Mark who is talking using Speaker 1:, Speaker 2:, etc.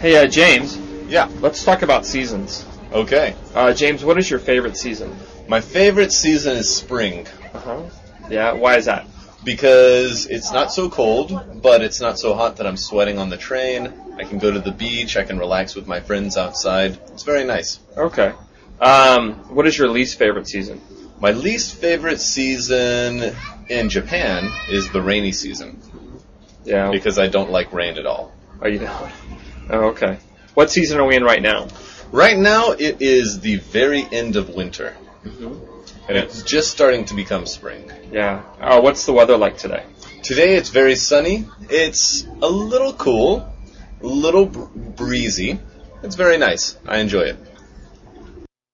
Speaker 1: Hey, uh, James,
Speaker 2: Yeah.
Speaker 1: let's talk about seasons.
Speaker 2: Okay.
Speaker 1: Uh, James, what is your favorite season?
Speaker 2: My favorite season is spring
Speaker 1: Uh huh. Yeah, why is that?
Speaker 2: because it's not so cold, but it's not so hot that I'm sweating on the train. I can go to the beach. I can relax with my friends outside. It's very nice.
Speaker 1: Okay. Um, what is your least favorite season?
Speaker 2: My least favorite season in Japan is the rainy season
Speaker 1: Yeah.
Speaker 2: because I don't like rain at all.
Speaker 1: Are you know? Oh, okay. What season are we in right now?
Speaker 2: Right now, it is the very end of winter, and it's just starting to become spring.
Speaker 1: Yeah. Oh, what's the weather like today?
Speaker 2: Today it's very sunny. It's a little cool, a little br- breezy. It's very nice. I enjoy it.